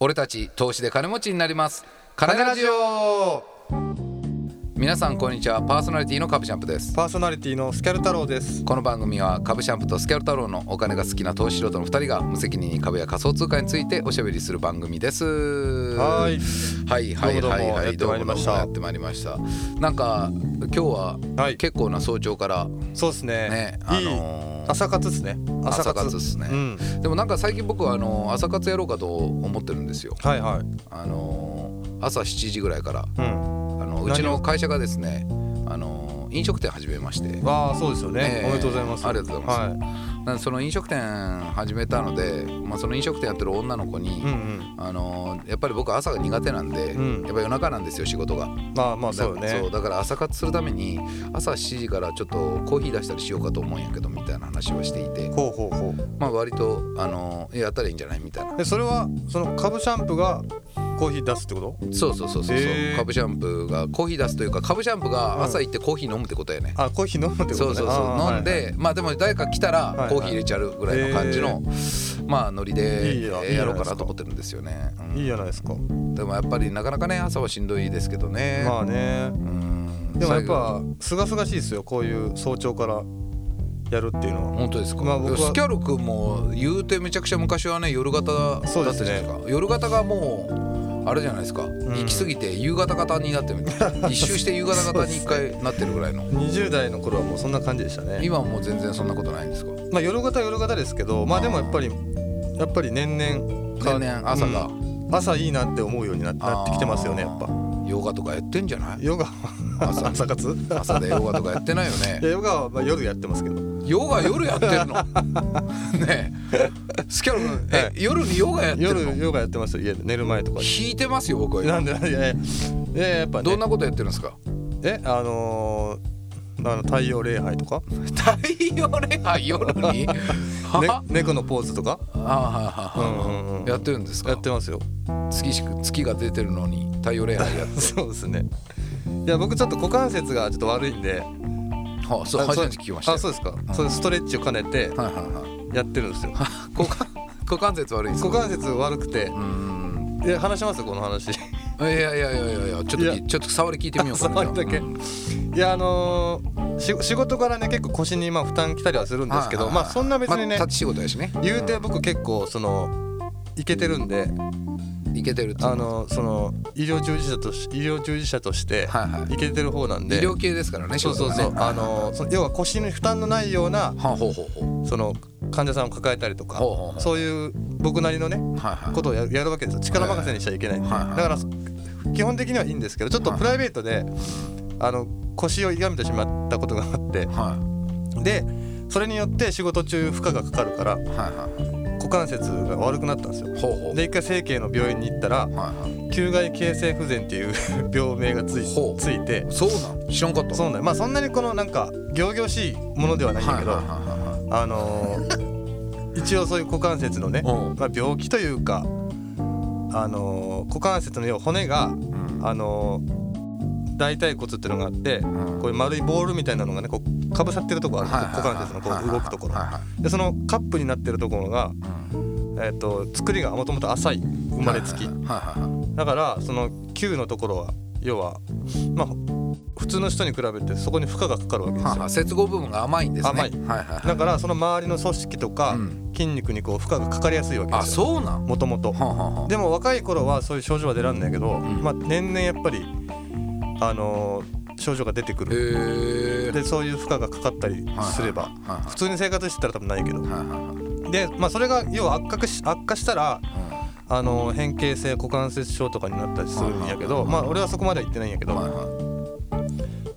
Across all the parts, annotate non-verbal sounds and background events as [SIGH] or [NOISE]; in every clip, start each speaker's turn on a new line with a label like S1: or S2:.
S1: 俺たち投資で金持ちになります金ラジオ皆さんこんにちはパーソナリティの株シャンプです
S2: パーソナリティのスキャル太郎です
S1: この番組は株シャンプとスキャル太郎のお金が好きな投資素人の2人が無責任に株や仮想通貨についておしゃべりする番組です
S2: はーい
S1: はいはい
S2: どうも
S1: はいはい
S2: どうもやってまいりまし
S1: ど
S2: た
S1: うもどうもやってまいりましたなんか今日は
S2: はい
S1: 結構な早朝から
S2: そうですね
S1: ね、
S2: いい、
S1: あのー
S2: 朝活ですね
S1: 朝活ですね、
S2: うん
S1: でもなんか最近僕はあの朝活やろうかと思ってるんですよ
S2: はいはい
S1: あのー朝7時ぐらいから
S2: うん
S1: あの
S2: を
S1: うちの会社がですねあのー飲食店始めまして
S2: わあそうですよね、
S1: ええ
S2: おめでとうございます
S1: ありがとうござい
S2: ま
S1: なんでその飲食店始めたので、まあ、その飲食店やってる女の子に、
S2: はい、うん
S1: あのーやっぱり僕朝が苦手なんで、
S2: うん
S1: やっぱ夜中なんですよ仕事が
S2: うんまあまあそう
S1: だ
S2: よね
S1: だから朝活するために朝7時からちょっとコーヒー出したりしようかと思うんやけどみたいな話をしていて、
S2: ほうほうほう
S1: まあ、割と、あのーやったらいいんじゃないみたいな
S2: でそれはその株シャンプーがコーヒー出すってこと
S1: そうそうそうそうそう
S2: へー
S1: カブシャンプーがコーヒー出すというかカブシャンプーが朝行ってコーヒー飲むってことやね、
S2: あコーヒー飲むってことね
S1: そうそう
S2: あ
S1: そう
S2: ー
S1: 飲んで、まあでも誰か来た
S2: い
S1: ら
S2: はい
S1: コーヒー入れちゃうぐらいの感じの、まあノリで
S2: いいよ
S1: えーやろうかなと思ってるんですよね、う
S2: はいはい
S1: ん
S2: いいじゃないですか
S1: でもやっぱりなかなかね朝はしんどいですけどね、
S2: まあね
S1: うん
S2: でもやっ
S1: 最後
S2: ぱすがすがしいですよこういう早朝からやるっていうのは
S1: 本当ですか、
S2: まあ僕は
S1: スキャル君も言うてめちゃくちゃ昔はね夜型だったじゃないです
S2: そうです
S1: か夜型がもうあれじゃないですか、
S2: ん
S1: 行き過ぎて夕方型になってる
S2: [LAUGHS]
S1: 一周して夕方型に一回なってるぐらいの、
S2: 20代の頃はもうそんな感じでしたね
S1: 今はもう全然そんなことないんですか
S2: まあ夜型は夜型ですけどまあでもやっぱりやっぱり年々
S1: 年々朝が、
S2: うん朝いいなって思うようにななってきてますよねやっぱ
S1: ヨガとかやってんじゃない
S2: ヨガ
S1: [LAUGHS] 朝
S2: 朝朝活
S1: 朝でヨガとかやってないよ
S2: い
S1: ね
S2: やヨガはまあ夜やってますけど
S1: ヨガ夜やってる
S2: [LAUGHS]
S1: のねえスキャル君え、
S2: はい
S1: 夜にヨガやってるの
S2: 夜ヨガやってますよ家で寝る前とかに
S1: 引いてますよ僕は
S2: なんでなんでいやいやいややっぱね
S1: どんなことやってるんですか
S2: えあのーあの太陽礼拝とか、
S1: 太陽 [LAUGHS] 礼拝夜には
S2: [LAUGHS] ね
S1: は、
S2: 猫のポーズとか
S1: あははは、
S2: うんうんうん
S1: やってるんです
S2: や
S1: か
S2: ってますよ [LAUGHS]
S1: 月し月が出てるのに太陽礼拝やって
S2: そうですねいや僕ちょっと股関節がちょっと悪いんで
S1: はあそう
S2: あ
S1: 初めて聞きました
S2: あ
S1: よ
S2: そうですか、そういうストレッチを兼ねて
S1: はいはいはい
S2: やってるんですよ
S1: 股関股関節悪いんですか
S2: [LAUGHS] 股関節悪くて
S1: うーん
S2: いや話しますよこの話 [LAUGHS] い
S1: いやいやいやいやいやちょっと
S2: い
S1: き
S2: や
S1: ちょっと触り聞いてみようかな
S2: あ触りだけ
S1: じゃあうん
S2: やあのーし仕事からね結構腰にまあ負担きたりはするんですけど、
S1: はい
S2: ま
S1: はいはい
S2: あそんな別にね、
S1: まあ立ち仕事やしね
S2: 言うて僕結構そのいけてるんで、
S1: いけてるっていう
S2: あのーその医療従事者とし医療従事者として
S1: はいはい
S2: いけてる方なん
S1: 医
S2: で、
S1: 療系ですからね
S2: そうそう
S1: 仕
S2: そう、
S1: 事が
S2: あ
S1: ね
S2: のーその要は腰に負担のないような
S1: はあほうほうほ
S2: その患者さんを抱えたりとか
S1: ほうほうほう
S2: そういう僕なりのね
S1: うはいはい
S2: ことをややるわけですよ力任せにしちゃいけないんで、
S1: はいはいはい
S2: だからそ基本的にはいいんですけどちょっとプライベートで、あの腰を歪めてしまったことがあって
S1: は
S2: でそれによって仕事中負荷がかかるから
S1: いはいはい
S2: 股関節が悪くなったんですよ
S1: ほうほう
S2: で一回整形の病院に行ったら
S1: はいは
S2: 球外形成不全っていう [LAUGHS] 病名がつい
S1: ほう
S2: ついて
S1: いそうなん知らんかった
S2: そうなんだよまあそんなにこのなんか仰々しいものではないんだ
S1: は
S2: け
S1: いはい
S2: ど、
S1: はいはい
S2: あのー一応そういう股関節のね、
S1: うん
S2: まあ、病気というか、あのー股関節の要は骨が
S1: うん
S2: あのー大腿骨っていうのがあって、
S1: ん
S2: こういう丸いボールみたいなのがねこうかぶさってるとこあるんですよ、股関節のこう動くところ
S1: はいはい
S2: でそのカップになってるところが、
S1: うん
S2: えっと作りがもともと浅い生まれつき
S1: はいはいはいはい
S2: だからその球のところは要はまあ普通の人に比べてそこに負荷がかかるわけで
S1: はあ
S2: す
S1: は
S2: よ
S1: あ接合部分が甘いんですね
S2: 甘い
S1: はいはいはい
S2: だからその周りの組織とか
S1: うん
S2: 筋肉にこう負荷がかかりやすいわけで
S1: あ
S2: すよ
S1: そうなんは
S2: もともと
S1: あはあはあ
S2: でも若い頃はそういう症状は出らんないけど、
S1: ん
S2: まあ、年々やっぱり、あのー症状が出てく
S1: へ
S2: る
S1: え
S2: でそういう負荷がかかったりすれば、
S1: はいはい
S2: 普通に生活してたら多分ないけど
S1: はいはいはいはい
S2: で、まあ、それが要は悪化し悪化したら、あのー変形性股関節症とかになったりするんや
S1: はい
S2: けど、
S1: はいはい
S2: まあ、俺はそこまでは言ってないんやけ
S1: う
S2: ど、
S1: んはいはい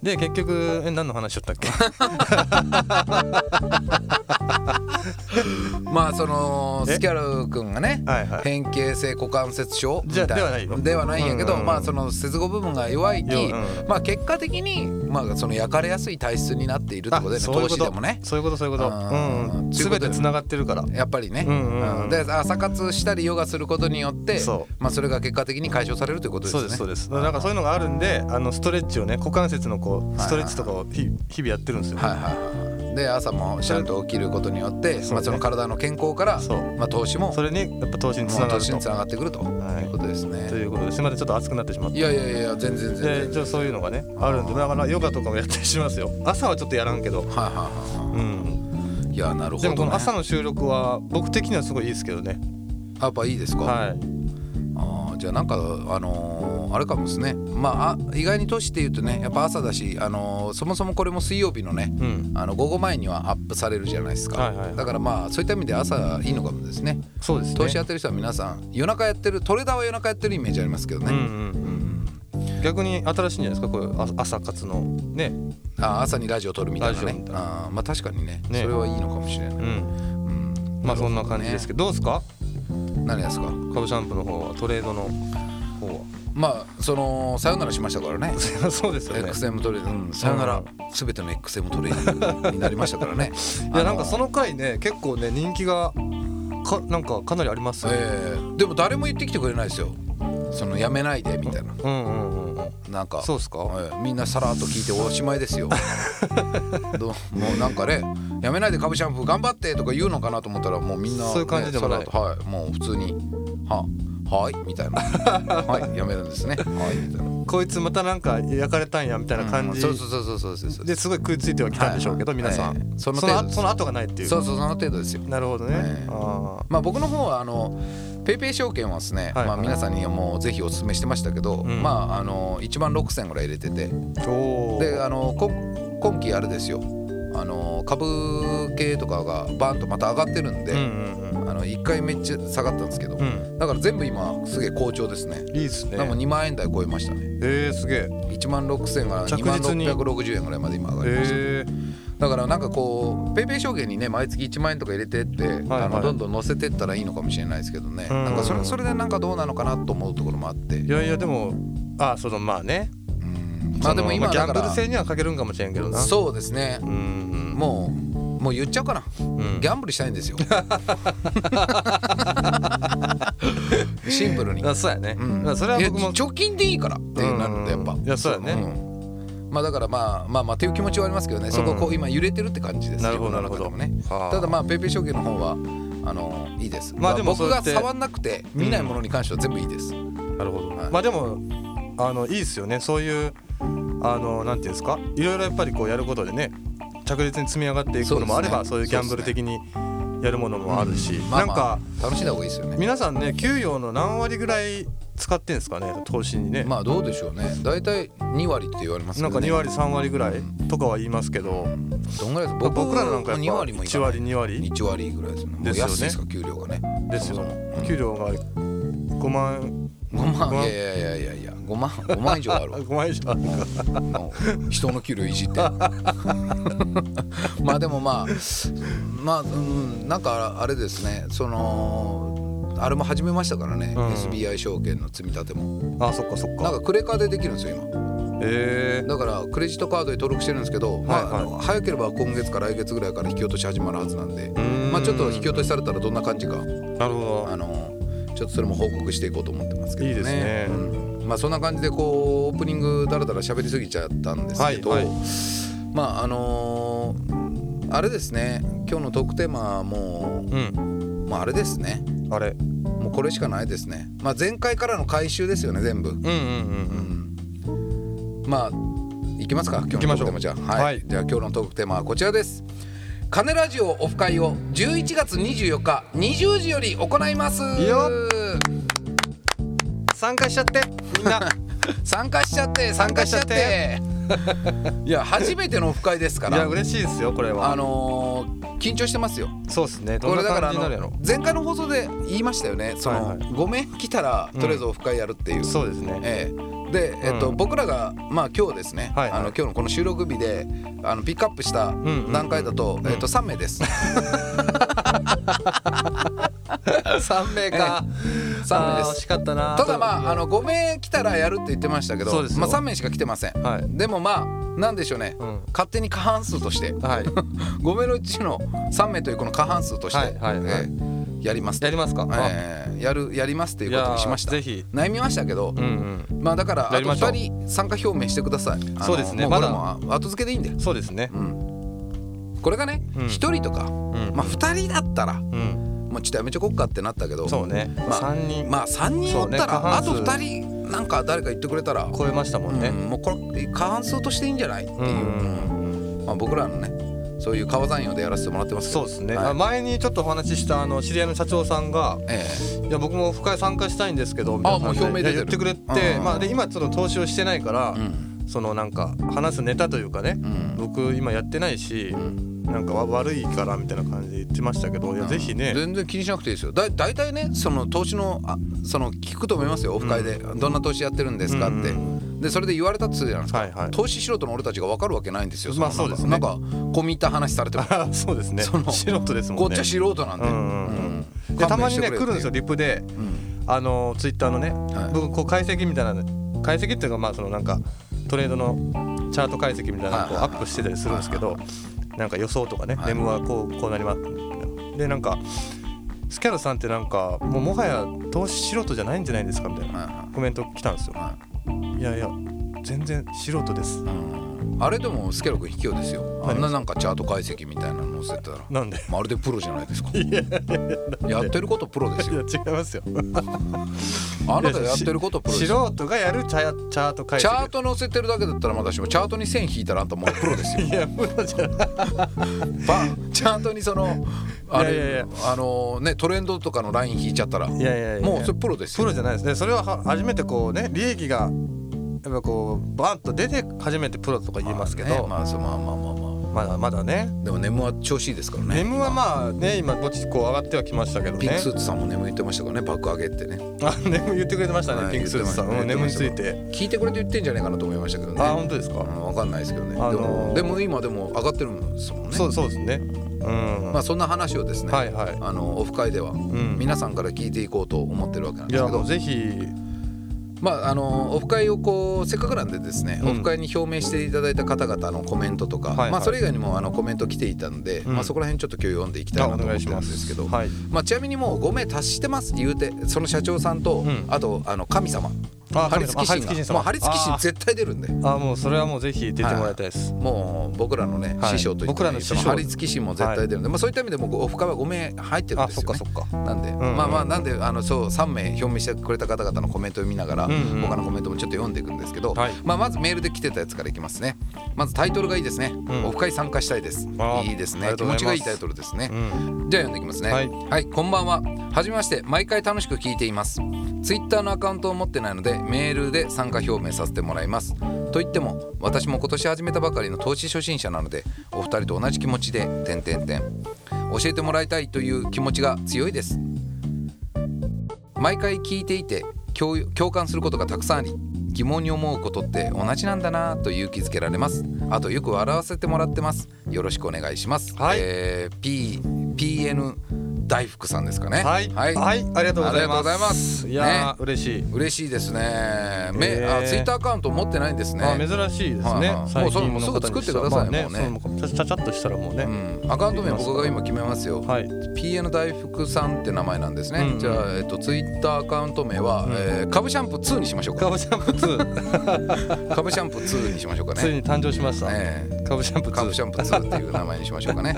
S2: で結局え何の話しとったっ
S1: [LAUGHS]
S2: け
S1: まあその
S2: え
S1: スキャル君がね
S2: はいはい
S1: 変形性股関節症み
S2: じ
S1: た
S2: ゃ
S1: いな
S2: ではないよ
S1: ではないんやけど、
S2: うんうんうん
S1: まあその接合部分が弱いき、
S2: ようん
S1: まあ結果的にまあその焼かれやすい体質になっているって
S2: あ
S1: ことで、ね、
S2: そういう
S1: 投
S2: こ
S1: 資
S2: と
S1: でもね
S2: そういうことそういうこと
S1: う
S2: うんんうん
S1: ということ
S2: 全てつながってるから
S1: やっぱりね、
S2: うんうんうん
S1: で朝活したりヨガすることによって
S2: そう
S1: まあそれが結果的に解消されるということです
S2: そ
S1: ね
S2: うですそうですなんかそういうのがあるんであのストレッチをね股関節の
S1: い
S2: こ
S1: う
S2: ストレッチとかをひ日々やってるんですよ
S1: はいはいはいはいで朝もちゃんと起きることによって、
S2: そうね
S1: まあ、その体の健康から
S2: そう、
S1: まあ、投資も
S2: それにやっぱ投資につ
S1: も
S2: な
S1: う
S2: が
S1: 投
S2: る
S1: 資につ
S2: と
S1: ながってくると
S2: はい
S1: いうことですね
S2: と。いうことですいませんちょっと熱くなってしまっ
S1: いやいやいや全然全
S2: た
S1: 然。
S2: でじゃあそういうのがねあるんでだからヨガとかもやったりしますよ朝はちょっとやらんけど
S1: はいはいはいは
S2: うん
S1: い。いやなるほ
S2: で
S1: ど、
S2: も
S1: ね。
S2: この朝の収録は僕的にはすごいいいですけどね
S1: やっぱいいですか。
S2: はい
S1: あーじゃあなんかあのーあれかもですね。まああ意外に年って言うとねやっぱ朝だしあのーそもそもこれも水曜日のね。
S2: うん
S1: あの午後前にはアップされるじゃないですか、
S2: はいはい
S1: だからまあそういった意味で朝いいのかもですね
S2: そうですね
S1: 投資やってる人は皆さん夜中やってるトレーダーは夜中やってるイメージありますけど
S2: うんう
S1: ね、
S2: んうん逆に新しいんじゃないですかこういうあ朝活のね
S1: あ朝にラジオ撮るみたいな
S2: ラジオ
S1: ね
S2: みたい
S1: あーまあ確かにね
S2: ね
S1: それはいいのかもしれない、
S2: うん
S1: うん
S2: まあそんな感じですけどどうですか
S1: 何ですか
S2: 株シャンプーの方はトレードの方は
S1: まあそのさよならしましたからね
S2: [LAUGHS] そうですよね
S1: XM トレード、うん、さよなら全ての XM トレードになりましたからね
S2: [LAUGHS] いやなんかそ
S1: の
S2: の回ね結構ね人気がかなんかかなりありますよ、ね
S1: えーでも誰も言ってきてくれないですよそのやめないでみたいな
S2: うんうんうんうん
S1: なんか
S2: そうっすか
S1: ええみんなさらっと聞いておしまい
S2: [LAUGHS]
S1: ですよどうもうなんかねやめないで株シャンプー頑張ってとか言うのかなと思ったらもうみんな、ね、
S2: そういう感じでもな
S1: さ
S2: い
S1: らっとはいもう普通にははいみ
S2: [LAUGHS]
S1: たいなはいやめるんですねはいみたいな
S2: こいつまたなんか焼かれたんやみたいな感
S1: うん
S2: じ、
S1: そうそうそうそうそうそうそう
S2: ですごい食いついてはきたんでしょうけど、
S1: はい
S2: 皆さん、
S1: ええそ
S2: そ
S1: の
S2: の
S1: 程度
S2: あその後がないっていう
S1: そうそうその程度ですよ
S2: なるほどね、
S1: ええ
S2: あ
S1: まあ僕の方はあのペイペイ証券はですね、
S2: はい
S1: まあ皆さんにはもうぜひお勧めしてましたけど、
S2: うん
S1: まああの1万6000ぐらい入れてて
S2: あおお
S1: であのこ今期あれですよあの株系とかがバーンとまた上がってるんで、
S2: うんうん
S1: あの1回めっちゃ下がったんですけど、
S2: うんうん
S1: だから全部今すげえ好調ですね
S2: いいですね
S1: でも2万円台超えましたね
S2: えー、すげえ
S1: 1万6000から
S2: 着
S1: 2万
S2: 実に
S1: 660円ぐらいまで今上がりました、
S2: えー、
S1: だからなんかこうペイペイ証券にね毎月1万円とか入れてって、
S2: はい
S1: あのどんどん乗せてったらいいのかもしれないですけどね、
S2: うん
S1: なんかそれそれでなんかどうなのかなと思うところもあって、
S2: いやいやでもあそのまあね
S1: うんまあでも今
S2: そのま
S1: だか
S2: あギャンブル
S1: ら
S2: 性には欠けるんかもしれんけどな
S1: そうですね
S2: う、ん
S1: もうもう言っちゃおうかな
S2: うん、うん
S1: ギャンブルしたいん
S2: [LAUGHS]
S1: ですよ。シンプルに。
S2: あそうやね、
S1: うん
S2: いやそれはい
S1: や
S2: 僕も
S1: 貯金でいいからってなるんでやっぱ。
S2: うんいやそうやね
S1: んまあだからまあまあまあっていう気持ちはありますけどね。そここ
S2: う
S1: うん今揺れてるって感じです。
S2: なるほど
S1: 自分の中でもね。
S2: はあ
S1: ただまあペイペイ証券の方はあのいいです。
S2: まあでも
S1: 僕が
S2: そうやって
S1: 触んなくて見ないものに関しては全部いいです。
S2: なるほど、
S1: はい
S2: まあでもあのいいですよねそういうあのなんていうんですかいろいろやっぱりこうやることでね着実に積み上がっていくものもあれば
S1: そ
S2: そうう,、
S1: で
S2: い
S1: すね
S2: うギャンブル的にやるものもあるし、
S1: うんまあ
S2: な
S1: ま
S2: ん
S1: あ
S2: か、
S1: 楽しんだ方がいいですよね。
S2: 皆さんね給与の何割ぐらい使ってんですかね投資にね、
S1: まあどうでしょうね。だいたい2割って言われますけ
S2: なんか
S1: どね。
S2: 2割3割ぐらいとかは言いますけど、
S1: どんぐらいですか。
S2: 僕らなんかやっぱ
S1: 2割もいか
S2: 1
S1: ない
S2: 割2割
S1: 1割ぐらいですよね。もう
S2: ですよね
S1: 安いですか給料がね。
S2: ですよ
S1: そもそもうん
S2: 給料が5万
S1: 五万
S2: 五万
S1: いやいやいやいやいや五万五万以上あるわ
S2: 5万以上あるか
S1: もう人の給料いじって
S2: [LAUGHS]
S1: まあでもまあまあうんなんかあれですねそのあれも始めましたからね、
S2: うん
S1: SBI 証券の積み立ても
S2: あそっかそっ
S1: なん
S2: か
S1: かクレカでできるんですよ今
S2: ええ
S1: だからクレジットカードに登録してるんですけど、まあ
S2: は
S1: あ
S2: いはい
S1: の早ければ今月か来月ぐらいから引き落とし始まるはずなんで
S2: うーん
S1: まあちょっと引き落としされたらどんな感じか
S2: なるほど
S1: あのちょっとそれも報告していこうと思ってますけどね。
S2: いいですね
S1: うんまあそんな感じでこうオープニングだらだら喋りすぎちゃったんですけど、
S2: はいはい
S1: まああのーあれですね今日のトークテーマはも
S2: うん
S1: う、まあ、あれですね
S2: あれ
S1: もうこれしかないですね。まあ前回からの回収ですよね全部。
S2: うんうんうんうん
S1: まあ行きますか今日のトークテーマじゃあ
S2: 行きましょう
S1: はい、
S2: はい
S1: じゃあ今日のトークテーマはこちらです「カネラジオオフ会を11月24日20時より行います」
S2: いいよ参加しちゃってみ
S1: [LAUGHS]
S2: んな
S1: 参加しちゃって参加しちゃって [LAUGHS] いや初めてのオフ会ですか
S2: いや
S1: ら
S2: 嬉しいですよこれは
S1: あのー緊張してますよ
S2: そうですねど
S1: こ
S2: ん
S1: れ
S2: な
S1: だから
S2: 感
S1: あ
S2: じになるやろ
S1: の前回の放送で言いましたよねその、
S2: はいは
S1: ごめん来たらとりあえずオフ会やるっていう、
S2: そうですね
S1: ええで、えっと
S2: うん
S1: 僕らが、まあ、今日ですね、
S2: はいはい
S1: あの今日のこの収録日であのピックアップした
S2: んうん
S1: 段階だと,、えっと3名です。
S2: 3
S1: 三名
S2: 名か
S1: です
S2: あー惜しかったな
S1: ただまああの5名来たらやるって言ってましたけど
S2: そうですよ
S1: まあ、3名しか来てません、
S2: はい
S1: でもまあなんでしょうね、
S2: うん
S1: 勝手に過半数として
S2: はい
S1: [LAUGHS] 5名のうちの3名というこの過半数として、
S2: はいはいはい
S1: えーやります
S2: やりますかあ
S1: えーやるやりますということにしました
S2: いやーぜひ
S1: 悩みましたけど、
S2: うん
S1: まあだから
S2: や
S1: あ
S2: り
S1: と
S2: ましょう
S1: 2人参加表明してくださいあの
S2: そうですね
S1: もうこ
S2: ま
S1: れ
S2: だ
S1: も後付けでいいんだよ
S2: うんそうですね
S1: うんこれがね
S2: うん
S1: 一、人とか、
S2: うん
S1: まあ、二人だったら
S2: うん
S1: もうちょっとやめちゃこっかってなったけど
S2: そうね、
S1: まあ
S2: 3人、
S1: まあ3人おった
S2: そうね過
S1: ら、あ
S2: 半数
S1: と2人なんか誰か言ってくれたら、
S2: 超えましたもんね、
S1: うんもうこれ過半数としていいんじゃないっていう、
S2: うんうん
S1: まあ、僕らのねそういう川山用でやらせてもらってますけ
S2: そ
S1: ど
S2: うですね、
S1: はい
S2: あ前にちょっとお話ししたあの知り合いの社長さんが
S1: え
S2: 「いや僕も深い参加したいんですけど」みたいな感じで
S1: もう表明出てる
S2: 言ってくれて、
S1: うん
S2: まあ、で今ちょっと投資をしてないから、
S1: えうん
S2: そのなんか話すネタというかね、
S1: うん
S2: 僕今やってないし、
S1: うん
S2: なんかわ悪いからみたいな感じで言ってましたけど、いやぜひね、
S1: 全然気にしなくていいですよだ大体ねその投資のあその聞くと思いますよオフ会で、どんな投資やってるんですかって、
S2: うん
S1: でそれで言われたっつうじゃないですか、
S2: はいはい
S1: 投資素人の俺たちが分かるわけないんですよ
S2: まあ
S1: のなんか
S2: そうですね
S1: なんか込み入った話されても
S2: あ [LAUGHS] そうですね
S1: その
S2: 素人です
S1: こ
S2: も
S1: っ
S2: んね
S1: ちは素人なんで,
S2: う
S1: うん
S2: うんう
S1: ん、
S2: んでたまにね来るんですよ
S1: よ、
S2: リプで
S1: うん
S2: あのツイッターのね、
S1: はい
S2: 僕こう解析みたいなの解析っていうかまあそのなんかトレードのチャート解析みたいなのをこう
S1: はいは
S2: ア
S1: いはい
S2: ップしてたりするんですけ
S1: は
S2: どなんか予想とかね
S1: はい
S2: ネムはこうこうなりますでなんかスキャルさんってなんかもうもはや投資素人じゃないんじゃないですかみたい
S1: は
S2: ない
S1: はい
S2: コメント来たんですよ
S1: はい
S2: やいや全然素人です
S1: いあれでもスケロ君卑怯ですよあんななんかチャート解析みたいなの載せてたら
S2: なん
S1: [LAUGHS]
S2: で
S1: まるでプロじゃないですか
S2: いやい
S1: や
S2: や
S1: ってることプロです
S2: いや
S1: よ
S2: 違いますよ
S1: あなたやってることプロですよ
S2: 素人がやるチャチャート解析
S1: チャート載せてるだけだったらまだしもチャートに線引いたらあんたもうプロですよ
S2: いや無駄じゃない
S1: バンチャートにそのあれ
S2: いやいやい
S1: あのねトレンドとかのライン引いちゃったら
S2: いやいやいや
S1: もうそれプロです
S2: プ
S1: よ
S2: ロじゃないですねそれはは初めてこうね利益がやっぱこうバンと出て初めてプロとか言いますけど、
S1: まあねまあそうまあまあまあま
S2: まだまだね
S1: あでも眠は調子いいですからね
S2: M はまあね今ぼちこう上がってはきましたけど
S1: ピン
S2: ね
S1: クスーツさんも眠言ってましたからね爆上げってね
S2: [LAUGHS] あ M 言ってくれてましたね、
S1: はい
S2: ピンクスーツさん、
S1: 言
S2: う
S1: っ
S2: ん
S1: て
S2: M
S1: ま
S2: に
S1: し
S2: つ
S1: た
S2: いて
S1: 聞いてくれて言ってんじゃないかなと思いましたけどね
S2: あ本当ですか、
S1: うんわかんないですけどね、
S2: あのー
S1: でもでも今でも上がってるんですもんね
S2: そうそうですねうん、
S1: まあ、そんな話をですね、
S2: はいはい
S1: あのオフ会では
S2: ん
S1: 皆さんから聞いていこうと思ってるわけなん
S2: い
S1: です
S2: や
S1: けど、
S2: もうぜひ
S1: まあ、あのオフ会をこうせっかくなんでですね、
S2: うん
S1: オフ会に表明していただいた方々のコメントとか、
S2: はいはい
S1: まあ、それ以外にもあのコメント来ていたんで、
S2: うん
S1: まあ、そこら辺ちょっと今日読んでいきた
S2: あ
S1: いな
S2: お
S1: と思
S2: 願
S1: っ
S2: いして
S1: る
S2: ま
S1: ん
S2: す
S1: ですけど
S2: はい
S1: まあ、ちなみにもう5名達してます言うてその社長さんと、
S2: うん
S1: あとあの神様
S2: あ
S1: 張り付き
S2: 神様あ張り
S1: 神がもう張り付
S2: 付き神様
S1: き神絶対出るんで
S2: あもうそれはもうぜひ出てもらいたいです、
S1: もう僕らのね、
S2: はい
S1: 師匠といっ
S2: 僕
S1: て
S2: ら
S1: も
S2: の
S1: いい
S2: 師
S1: そ
S2: 匠
S1: の張り付き師も絶対出るんで、まあ、そういった意味でもうオフ会は5名入ってるん
S2: あ
S1: です
S2: そっ
S1: よ、
S2: か
S1: ね
S2: そ、っか
S1: なんで、
S2: んうん
S1: まあまあなんであのそう3名表明してくれた方々のコメントを見ながら、
S2: うんうん
S1: 他のコメントもちょっと読んでいくんですけど、
S2: はい
S1: まあ、まずメールで来てたやつからいきますねまずタイトルがいいですね、
S2: ん
S1: オフ会参加したいです
S2: あー
S1: いいです
S2: あり
S1: ね
S2: がと
S1: 気
S2: うござ
S1: 持
S2: います
S1: ちがいいタイトルですね、
S2: うん
S1: じゃあ読んでいきますね
S2: は
S1: はいい、こんばんははじめまして毎回楽しく聞いていますツイッターのアカウントを持ってないのでメールで参加表明させてもらいますと言っても私も今年始めたばかりの投資初心者なのでお二人と同じ気持ちで点々点教えてもらいたいという気持ちが強いです毎回聞いていて共共感することがたくさんあり疑問に思うことって同じなんだなと勇気づけられますあとよく笑わせてもらってますよろしくお願いします、
S2: はい
S1: えー P PN 大福さんですかね
S2: はい、はい、ありがとう
S1: あ
S2: ございます
S1: りがとうございます
S2: いやー、
S1: ね
S2: 嬉しい
S1: 嬉しいですねめ、
S2: えー
S1: あツイッターアカウント持ってないんですね
S2: あ珍しいです
S1: はい
S2: ね。
S1: はい
S2: 最近
S1: もうそれもうす
S2: の方に
S1: ぐ作って
S2: した
S1: くだ
S2: ま
S1: さ
S2: あ
S1: い
S2: ね
S1: もうね
S2: そうもうちゃちゃっとしたらもうね。
S1: うん、アカウント名僕が今決めますよ、
S2: はい。
S1: PN 大福さんって名前なんですね、
S2: うんうん
S1: じゃあ、えっと、ツイッターアカウント名は、えー株シャンプー2にしましょう
S2: カ
S1: か
S2: ブシャン
S1: [LAUGHS]
S2: プー
S1: 株シャンプー2にしましょうか
S2: 2つい
S1: ね
S2: に誕生しました。
S1: ええ
S2: カブシャンプ
S1: 株
S2: ー
S1: シャンプー2っていう名前にしましょ
S2: [LAUGHS]
S1: うかね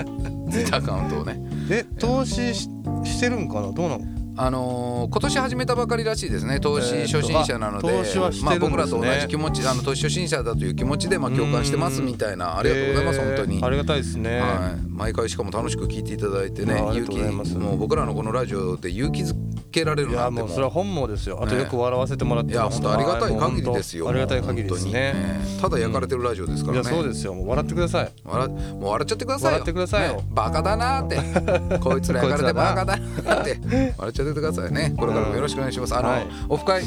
S1: ツイッターアカウントをね
S2: 2。え投資ししてるんかなどうなの？
S1: あのー今年始めたばかりらしいですね投資初心者なので、
S2: えーとあ投資はして
S1: ま
S2: る
S1: あ、
S2: んですね
S1: 僕らと同じ気持ちあの投資初心者だという気持ちで、まあ、共感してますみたいなありがとうございます、
S2: えー
S1: 本当に
S2: あ。りがたいです
S1: は
S2: ね。
S1: い、毎回しかも楽しく聞いていただいてね
S2: ああり
S1: 勇
S2: がとう
S1: 気
S2: ございます
S1: もう僕らのこのラジオで勇気づけられる
S2: い
S1: なっ
S2: や
S1: ても
S2: もうそれは本望ですよ。あとよく笑わせてもらっ
S1: い
S2: て
S1: や
S2: ます。
S1: 本当ありがたい
S2: もう
S1: 限りですよ
S2: 本当ありがたい限りです
S1: 本当
S2: ね。
S1: にええただ焼かれてるラジオですか
S2: い
S1: ら
S2: や
S1: ね、
S2: そうですよ。もう笑ってください。
S1: 笑もう笑っちゃってくださいよ
S2: 笑ってくださいよ
S1: ねバカだなーって
S2: [LAUGHS]
S1: こいつらやからでバカだなーって笑っちゃってくださいねこれからもよろしくお願いしますあの、
S2: はい
S1: オフ会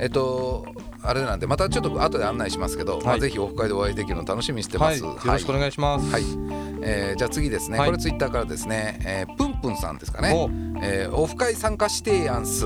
S1: えっとあれなんでまたちょっと後で案内しますけど、ま
S2: は
S1: あ
S2: い
S1: ぜひオフ会でお会いできるの楽しみにしてま
S2: はい。
S1: す
S2: よろしくお願いします。
S1: はい、えーじゃあ次ですね、
S2: はい
S1: これツイッターからですね、えー、プンプンさんですか
S2: お
S1: ね、えー、オフ会参加してやんす、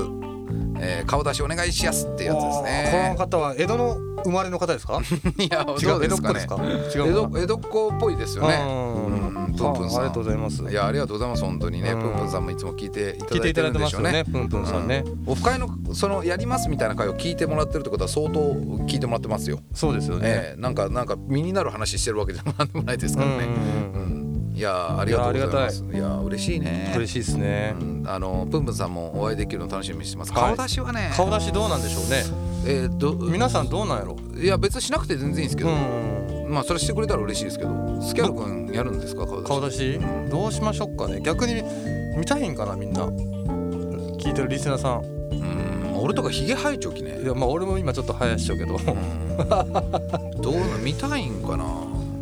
S1: えー、顔出しお願いしやすってやつです
S2: おー
S1: ね
S2: この方は江戸の生まれの方で
S1: [LAUGHS]
S2: すか？ [LAUGHS]
S1: いや
S2: 違
S1: ど
S2: う
S1: うで
S2: 江戸っ
S1: す
S2: 子
S1: か
S2: で
S1: ね
S2: すか？違
S1: 江
S2: うの
S1: 戸
S2: かな。
S1: 江戸っ子っぽいですよね
S2: うん
S1: うんプンプンさん
S2: あありがとうございます。
S1: いやありがとうございます本当にね、
S2: うん
S1: プンプンさんもいつも聞いていた
S2: 聞い
S1: だ
S2: て
S1: い
S2: い
S1: てる
S2: ただい
S1: ん
S2: て
S1: で
S2: ま
S1: し
S2: す
S1: ょう
S2: よ
S1: ね
S2: ね。プンプンさんね。
S1: うんオフ会のそのやりますみたいな会を聞いてもらってるってことは相当聞いてもらってますよ、
S2: そうですよね。
S1: ええなんかなんか身になる話してるわけでもなんでもないです
S2: う
S1: か
S2: ん
S1: ら
S2: う
S1: ね、
S2: んうん
S1: うんいやーありがとうございますいやー嬉しいね
S2: 嬉しいですね
S1: う。んあのプンプンさんもお会いできるの楽しみにしてます
S2: は
S1: 顔
S2: い
S1: 出しはね、
S2: 顔出しどうなんでしょうね。
S1: えー、ど
S2: 皆さんどうなんやろ。
S1: いや別にしなくて全然いいんですけ
S2: う
S1: ど、
S2: ん。
S1: まあそれしてくれたら嬉しいですけどスキャル君やるんですか顔出し
S2: 顔出しどうしましょうかね。逆に見たいんかなみんな。聞いてるリスナーさん。
S1: うん俺とかひげ生えちょきね
S2: いやまあ俺も今ちょっと生やしちゃうけど。
S1: うんどうな見たいんかな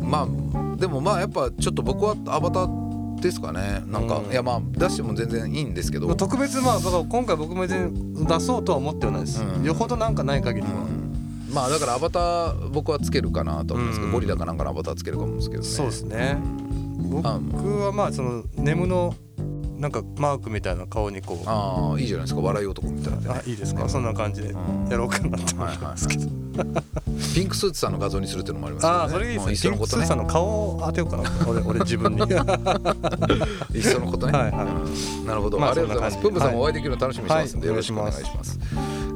S1: まあでもまあやっぱちょっと僕はアバターですかねなんか、
S2: うん
S1: いやまあ出しても全然いいんですけど、
S2: 特別まあだから今回僕も別に出そうとは思ってはないです。
S1: うん
S2: よほどなんかない限り
S1: う
S2: は。
S1: んまあだからアバター僕はつけるかなとは思うんですけど、
S2: うん
S1: ゴリラかなんかのアバターつけるかもですけどね
S2: そうですね。僕
S1: あ
S2: はまあそのネムのなんかマークみたいな顔にこう。
S1: ああいいじゃないですか笑い男みたいなね
S2: あいいですかそんな感じで
S1: うん
S2: やろうかなと思 [LAUGHS]
S1: はいい
S2: ま
S1: は
S2: すけど。
S1: い、ピンクスーツさんの画像にするっていうのもありますけど、ね、
S2: ああそれいい
S1: もうい
S2: で
S1: っ
S2: す
S1: そ
S2: ね。
S1: のこ
S2: ピンクス
S1: と
S2: ー
S1: ね
S2: ツさんの顔を当てようかな。俺俺自分
S1: [LAUGHS]
S2: に。
S1: いっそのことね。
S2: はいは
S1: うんなるほど、
S2: まあ
S1: ありがとうございます。
S2: そんな感じ
S1: プンプンさんもお会いできるの楽しみにしてますんで、
S2: は
S1: よ
S2: い
S1: ろしくお願いします。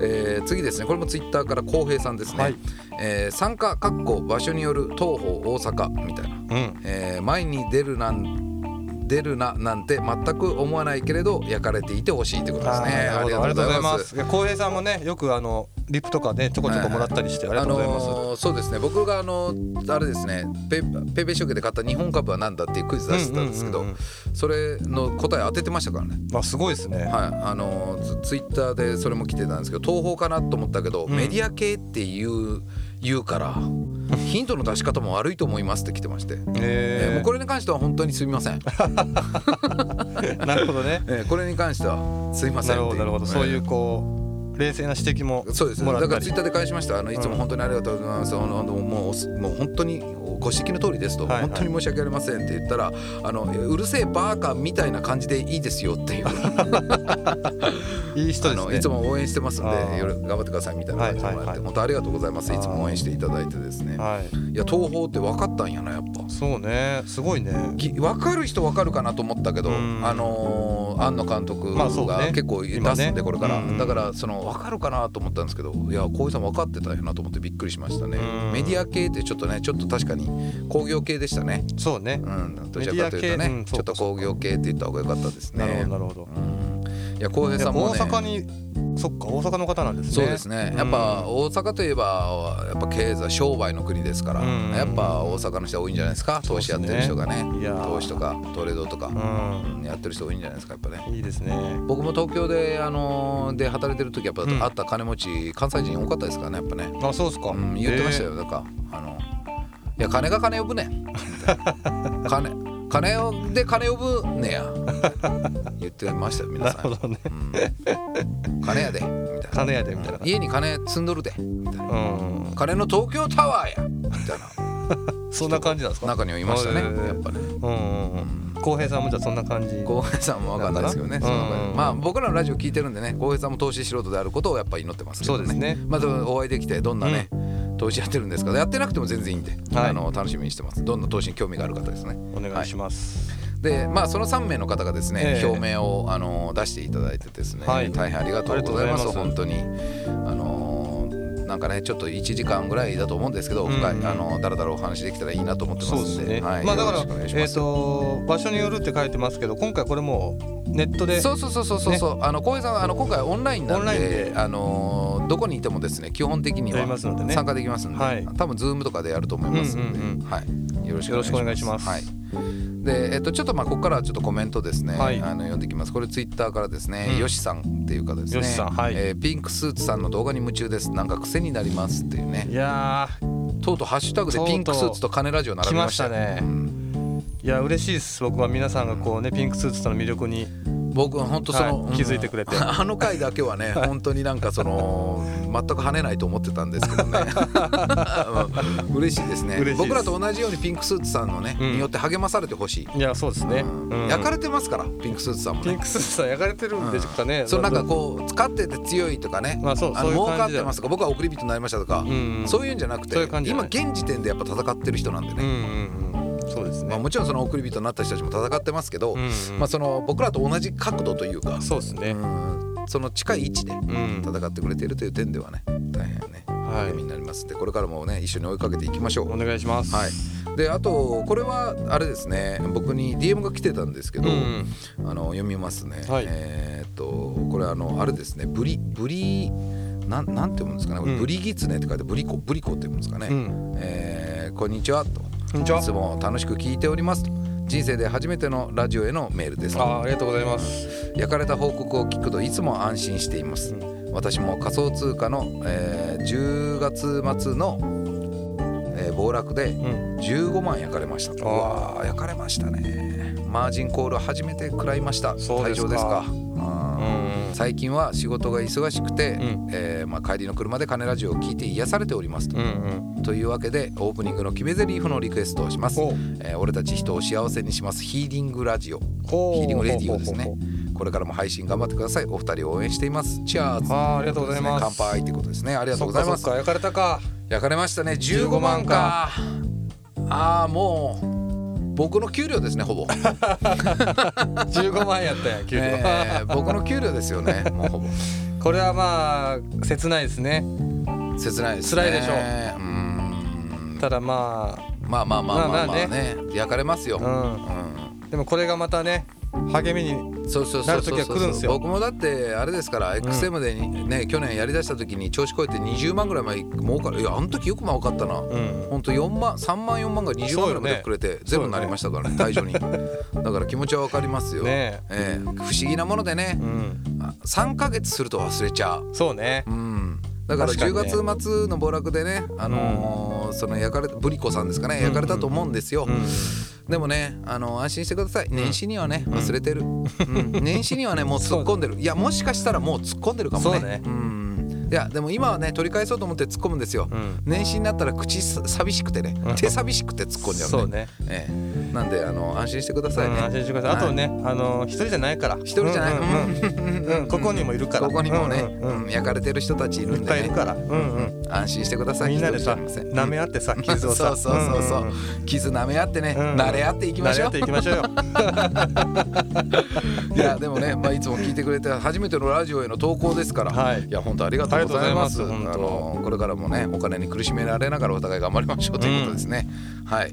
S1: えー次ですねこれもツイッターから浩平さんですね、
S2: はい
S1: えー参加かっこ場所による東方大阪みたいな、
S2: うん。
S1: えー前に出るなん出るななんて全く思わないけれど焼かれていてほしいってことですね
S2: あーなる
S1: あ
S2: ほ
S1: り
S2: ど
S1: がと
S2: ありがと
S1: うご
S2: うご
S1: ざ
S2: ざ
S1: い
S2: い
S1: ま
S2: ますす。浩平さんもねよくあのリップとかねちょこちょこもらったりしてありがとうございます。
S1: のーそうですね僕があのあれですねペペイペイ証券で買った日本株は何だっていうクイズ出してたんですけど、
S2: うんうんうん
S1: それの答え当ててましたからね
S2: あすごいです
S1: は
S2: ね。
S1: い、あのツツイッターでそれも来てたんですけど東宝かなと思ったけど、
S2: うん
S1: メディア系っていう言うから
S2: [LAUGHS]
S1: ヒントの出し方も悪いと思いますって来てまして、えーも
S2: え
S1: うこれに関しては本当にすみません、
S2: れなるほどね。
S1: えーこれに関してはすみ [LAUGHS] ません
S2: な
S1: って
S2: るほどなるほどそういうこう冷静な指摘も
S1: えーそうです
S2: もら
S1: だ
S2: っ
S1: か
S2: た
S1: らツ
S2: り
S1: イッ。ターで返しましたあのいつも本当にありがとうございます、あのもうもうもう本当にご指摘の通りですと、
S2: はいはい
S1: 本当に申し訳ありませんって言ったらあのうるせえバーカみたいな感じでいいですよっていう
S2: いい
S1: あ
S2: 人です
S1: の
S2: ね。
S1: いつも応援してますん
S2: あー
S1: でよろ頑張ってくださいみたいな感じでもらって、
S2: はいはいはい
S1: 本当ありがとうございますいつも応援していただいてですね
S2: はい。
S1: いや東宝って分かったんやなやっぱ
S2: そうねすごいね。
S1: ぎ分かる人分かるかなと思ったけど、
S2: うん
S1: あのー庵野監督
S2: まあそう
S1: が
S2: ね
S1: 結構出すんで、
S2: 今ね
S1: これから、
S2: うん
S1: だからその分かるかなと思ったんですけどいや浩井さん分かってたんやなと思ってびっくりしましたね、
S2: うん
S1: メディア系ってちょっとねちょっと確かに工業系でしたね
S2: そうね
S1: う。んどちらかというとね、
S2: メディア系うん
S1: ちょっと工業系って言った方が良かったですね
S2: なるほどなるほど。
S1: うんいや浩平
S2: で
S1: さんも
S2: 大
S1: ね
S2: 阪にそっか大阪の方なんですね。
S1: そうですねやっぱ大阪といえばやっぱ経済商売の国ですから、
S2: うん
S1: やっぱ大阪の人は多いんじゃないですか投資やってる人がね
S2: いやー
S1: 投資とかトレードとか
S2: う、ん。
S1: うんやってる人多いんじゃないですかやっぱね
S2: いいですね。
S1: 僕も東京で,、あのーで働いてる時やっぱ、
S2: うん
S1: あった金持ち関西人多かったですからねやっぱね、
S2: あ、そうですか。
S1: うん、言ってましたよ、
S2: え
S1: だからあの「いや金が金呼ぶねん」
S2: [LAUGHS]
S1: みたいな金金をで金呼ぶねや」言ってましたよ
S2: ー。
S1: 皆
S2: [LAUGHS] な
S1: さん
S2: るほどね。
S1: うん金やで」みたいな。
S2: 金やでみたいな感じ。
S1: 家に金積んどるでみたいな
S2: うん。
S1: 金の東京タワーやみたいな
S2: そんな感じなんですか。
S1: 中にはいましたね
S2: へー
S1: やっぱね
S2: うんうんうん。浩平さんもじゃあそんな感じ。
S1: 浩平さんも分かんないですけどね
S2: なんかな
S1: その
S2: うん
S1: まあ僕らのラジオ聞いてるんでね浩平さんも投資素人であることをやっぱ祈ってますけ
S2: そ
S1: ど
S2: うですね。
S1: まずお会いできてどんなね投資やってるんですかやってなくても全然いいんで
S2: はい
S1: あの楽しみにしてますどんな投資に興味がある方ですね
S2: お願いします。
S1: でまあその3名の方がですね
S2: ええ
S1: 表明をあの出していただいてですね
S2: はい
S1: 大変ありがとうございます
S2: ありがとう
S1: 本
S2: ご
S1: 当にあのなんかねちょっと1時間ぐらいだと思うんですけど
S2: うん
S1: 深いあのだらだらお話できたらいいなと思ってま
S2: そうですす
S1: んで
S2: ね。
S1: はい
S2: まあだか
S1: よろ
S2: ら
S1: しくお願いし
S2: え
S1: ま
S2: っ
S1: す
S2: と場所によるって書いてますけど、今回これもうネットで。
S1: そうそうそうそうそうそう、あの浩平さんはあの今回オンラインなん
S2: オン
S1: で
S2: ラインで
S1: あのーどこにいてもですね基本的に
S2: や
S1: は
S2: りますのでね
S1: 参加できますんで、
S2: はい
S1: 多分ズームとかでやると思いますんで、
S2: うんうんうん
S1: はい、よろしく
S2: よろしく
S1: お
S2: お
S1: 願い
S2: 願い
S1: し
S2: し
S1: ま。
S2: ますす
S1: はいでえっと、ちょっとまあここからはちょっとコメントですね、
S2: はい
S1: あの読んでいきますこれツイッターからですね、
S2: うん
S1: よしさんっていう方ですね
S2: よしさんはい
S1: えーピンクスーツさんの動画に夢中ですなんか癖になりますっていうね
S2: いや
S1: とうとうハッシュタグで
S2: とうとう
S1: ピンクスーツと金ラジオ並びましたよ
S2: 来ましたね
S1: うん
S2: ーいや嬉しいです。僕は皆さんがこうねピンクスーツさんの魅力に
S1: 僕は本当その、
S2: はい
S1: うん
S2: 気づいてくれ
S1: [LAUGHS]
S2: て
S1: あの回だけはね本当になんかその全く跳ねないと思ってたんですけど
S2: [LAUGHS]
S1: ねうん嬉しいですね
S2: 嬉しいです
S1: 僕らと同じようにピンクスーツさんのね、
S2: うん
S1: によって励まされてほしい、
S2: いやそうですね。うん
S1: 焼かれてますからピンクスーツさんも
S2: ピン
S1: ね
S2: クスーツさん焼かれてるんですかね。
S1: そうなんかこう使ってて強いとかね、
S2: まあそう
S1: の
S2: そういう
S1: 儲
S2: 感じ
S1: かっ
S2: だ
S1: て
S2: よ
S1: ますとか僕は送り人になりましたとか、
S2: うんうん
S1: そういうんじゃなくて
S2: そういう感じじゃ
S1: 今
S2: ない
S1: 現時点でやっぱ戦ってる人なんで
S2: うん
S1: ね、
S2: うんうん。そうです
S1: まあ、
S2: ね。
S1: もちろんその送り人になった人たちも戦ってますけど、
S2: うんうん
S1: まあ、その僕らと同じ角度というか
S2: そうですね。
S1: うんその近い位置で
S2: うん。
S1: 戦ってくれているという点ではね大変ね
S2: はい
S1: 励みになりますんで、これからもね一緒に追いかけていきましょう
S2: お。願いします
S1: はい、であとこれはあれですね僕に DM が来てたんですけど、
S2: うん
S1: あの読みますね、
S2: はい
S1: えーっとこれあのあれですねブリブリなんなんて読むんですかねこれ、
S2: うん
S1: ブリギツネって書いてブリコブリコって読むんですかね、
S2: うん
S1: えーこんにちはと
S2: こんにちはい
S1: つも楽しく聞いておりますと人生で初めてのラジオへのメールです
S2: あーありがとうございます
S1: 焼かれた報告を聞くといつも安心しています、私も仮想通貨の、えー10月末の、えー暴落で
S2: うん
S1: 15万焼かれましたう
S2: あー
S1: わー焼かれましたねマージンコール初めて食らいました
S2: そうですか
S1: 退場ですか
S2: う
S1: あー
S2: ん
S1: 最近は仕事が忙しくて、
S2: うん
S1: えーまあ、帰りの車で金ラジオを聞いて癒されておりますと,、
S2: うん
S1: いうわけでオープニングの決め台詞のリクエストをします
S2: お、
S1: えー俺たち人を幸せにしますヒーリングラジオ
S2: うん
S1: ヒーリングレディオですね
S2: ほうほうほうほ
S1: これからも配信頑張ってくださいお二人を応援していますチャー
S2: う
S1: ズ
S2: あーありがとうございます
S1: 乾杯ってことですねあり
S2: あ
S1: がとうございます
S2: そっかそっか焼かれたか
S1: 焼かれましたね
S2: 15
S1: 15万かああもう僕の給料ですねほぼ、
S2: 15万やっ
S1: [LAUGHS]
S2: たやん [LAUGHS] 給料、
S1: えー僕の給料ですよねもうほぼ
S2: これはまあ切ないですね
S1: 切ないですね
S2: 辛いでしょう
S1: うーん
S2: ただま
S1: まあまあまあま
S2: ま
S1: あま
S2: あま
S1: あね,、
S2: あね
S1: 焼かれますよ、
S2: あう
S1: うん
S2: んでもこれがまたね励みに
S1: そうそう
S2: な
S1: そうそ
S2: る
S1: う
S2: 時は来るんですよ
S1: 僕もだってあれですから XM でにね、去年やりだした時に調子こいて20万ぐらい前儲かるいやあの時よく儲かったな、
S2: うん
S1: ほんと4万3万4万が20万ぐらいまでくれて全部なりましたからね対象にだから気持ちは分かりますよ、
S2: ね
S1: ええ不思議なものでね
S2: うん
S1: あ3ヶ月すると忘れちゃう、
S2: そうね
S1: うん、だから
S2: 確かにね
S1: 10月末の暴落でね、あのーその焼かれたブリコさんですかね焼かれたと思うんですよ、
S2: うん
S1: でもね、あの安心してください年始にはね忘れてる、うん年始
S2: [LAUGHS]
S1: にはねもう突っ込んでるいやもしかしたらもう突っ込んでるかもね
S2: そうね
S1: んいやでも今はね取り返そうと思って突っ込むんですよ、
S2: うん
S1: 年始になったら口さ寂しくてね
S2: うん
S1: 手寂しくて突っ込んじゃうね
S2: そうね
S1: ええ、なんであの安心してくだ
S2: う
S1: さい
S2: ん
S1: ね、
S2: 安心してくださいあと
S1: はい
S2: ねあの一人じゃないから
S1: 一人じゃない、
S2: うんうんうんうんここにもいるから
S1: ここにもね、
S2: うんうん
S1: うん焼かれてる人たちいるん
S2: いっ
S1: で
S2: ぱいいる
S1: ね
S2: からうんうん
S1: 安心してください
S2: みんなでさ
S1: 一人じゃありません
S2: 舐め合ってさ傷を
S1: そ
S2: さ
S1: うそうそうそう、
S2: んんん
S1: 傷舐め合ってね、
S2: うんうん
S1: 慣れ合っていきましょ
S2: 慣れ合っていきましょ
S1: [LAUGHS]
S2: うよ
S1: ういやでもね、まあ、いつも聞いてくれて初めてのラジオへの投稿ですから、
S2: はい
S1: や本当ありがとうございます
S2: ありがとうございます本
S1: のこれからもねお金に苦しめられながらお互い頑張りましょうということですね、はい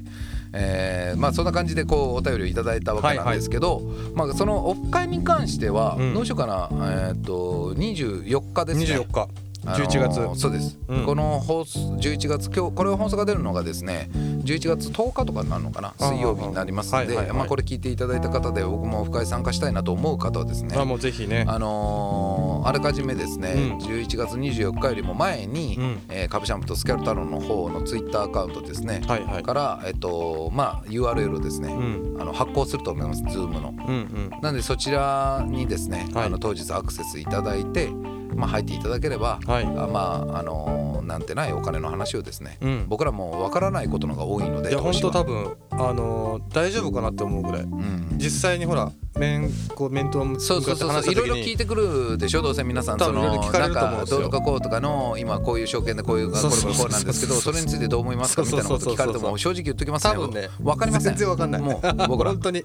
S1: えーまあそんな感じでこうお便りをいただいたわけなんですけど、まあそのオフ会に関しては、
S2: うん
S1: どうしようかなえっ、と24日ですね
S2: 24日
S1: あのー
S2: 11月
S1: そうです、
S2: うん
S1: この放送11月今日これ放送が出るのがですね11月10日とかになるのかな
S2: あー
S1: 水曜日になりますので、
S2: はいはいはい
S1: まあ、これ聞いていただいた方で僕もオフ会参加したいなと思う方はですね
S2: あもうぜひね
S1: あのーあらかじめですね、
S2: うん
S1: 11月24日よりも前に、
S2: うん
S1: えーカブシャンプとスキャル太郎の方のツイッターアカウントですね、
S2: はいはい
S1: から、えっとまあ、URL をですね、
S2: うん
S1: あの発行すると思います Zoom の。
S2: うんうん
S1: なんでそちらにですね、
S2: はい
S1: あの当日アクセスいただいて、まあ、入っていただければ、
S2: はい
S1: あまああのーなんてないお金の話をですね、
S2: うん
S1: 僕らもわからないことのが多いので
S2: いや本
S1: 投
S2: 当
S1: 資は
S2: 多分あのー大丈夫かなって思うぐらい
S1: うん
S2: 実際にほら面こう面と向か
S1: そうそう
S2: って
S1: そう
S2: 話し
S1: そう
S2: た
S1: いろい
S2: 時
S1: ろ聞い
S2: に
S1: てくるでしょどうせ皆さん
S2: 多
S1: そ
S2: 分
S1: の
S2: いろいろ聞かれると思うん
S1: か
S2: です
S1: ど
S2: よ
S1: うとかこうとかの今こういう証券でこういうこれこ
S2: そう
S1: れ
S2: そう
S1: こ
S2: そう
S1: うなんですけどそれについてどう思いますかみたいなこと聞かれても正直言っときます
S2: 多分ね
S1: わかりません
S2: 全然わ [LAUGHS] かんない
S1: もう僕ら
S2: 本当に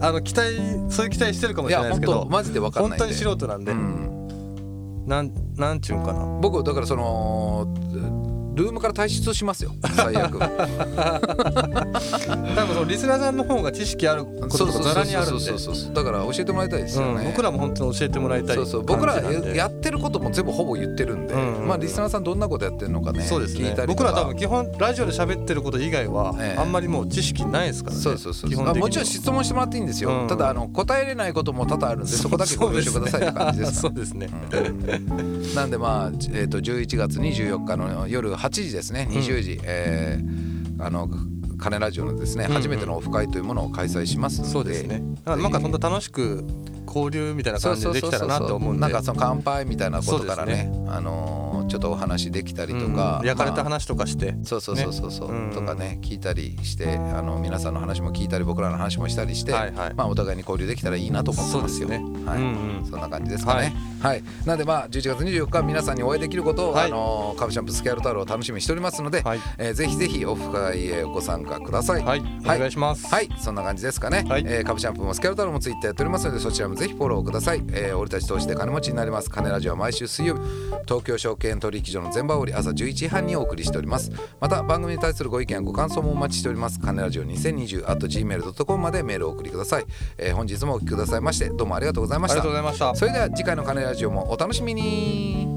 S2: あの期待そういう期待してるかも
S1: い
S2: しれ
S1: や
S2: ない
S1: 本
S2: ですけ
S1: 当
S2: ど
S1: マジでわかん
S2: 本
S1: ないんで
S2: 当に素人なんで、
S1: うん
S2: なんなんちゅうんかな
S1: 僕だからそのルームから退出しますよ最
S2: [LAUGHS]
S1: 悪
S2: 多分そのリスナーさんの方が知識あることとかざらにあるんで
S1: そうそうそうそうだから教えてもらいたいですよ
S2: う
S1: ね、
S2: ん僕らも本当に教えてもらいたい
S1: そ
S2: 感
S1: うそ
S2: じな
S1: うん
S2: で
S1: 僕らややってることも全部ほぼ言ってるんで、
S2: うんうん
S1: まあリスナーさんどんなことやってるのかね
S2: そうです
S1: 聞
S2: ね
S1: いたりと
S2: 僕
S1: から
S2: 多分基本ラジオで喋ってること以外は
S1: ええ
S2: あんまりもう知識ないですからね
S1: そうそうそう
S2: 基本
S1: あ
S2: 的に
S1: もちろん質問してもらっていいんですよ、
S2: うんうん
S1: ただあの答えれないことも多々あるんでそこだけご了承くださいって感じです
S2: そうですねそうですね
S1: うんなんでまあ、えー、と11月24日の夜8時ですね20時、えーあのカネラジオのですね、
S2: んうん
S1: 初めてのオフ会というものを開催しますので
S2: そうですねだからなんかそんな楽しく交流みたいな
S1: そ
S2: 感
S1: う
S2: じで
S1: そうそ
S2: で
S1: う
S2: き
S1: そ
S2: た
S1: う
S2: らなって思うんで
S1: なんかその乾杯みたいなことからね
S2: そ
S1: あのーちょっとお話できたりとか、
S2: うん焼かれ
S1: ま
S2: た
S1: あ
S2: 話とかして
S1: そうそうそうそうそう、
S2: ねうんうん
S1: とかね聞いたりしてあの皆さんの話も聞いたり僕らの話もしたりして、
S2: はいはい
S1: まあ、お互いに交流できたらいいなと思ってますよ
S2: そうです
S1: はい
S2: うんうん
S1: そんな感じですかねはい、なんでまあ11月24日皆さんにお会いできることを、
S2: はい
S1: あのーカブシャンプスキャル太郎を楽しみにしておりますので、
S2: はい
S1: えーぜひぜひオフ会へご参加ください
S2: はいお願いします
S1: はいそんな感じですかね、
S2: はい
S1: えー、カブシャンプーもスキャルタロもツイッターやっておりますのでそちらもぜひフォローください、えー、俺たち投資で金持ちになります金ラジオは毎週水曜日東京証券券取引所の全場折り朝11時半にお送りしておりますまた番組に対するご意見やご感想もお待ちしておりますカネラジオ2020 at gmail.com までメールをお送りください、えー本日もお聞きくださいましてどうもありがとうございま
S2: あり
S1: し
S2: が
S1: た
S2: とうございました
S1: それでは次回のカネラジオもお楽しみに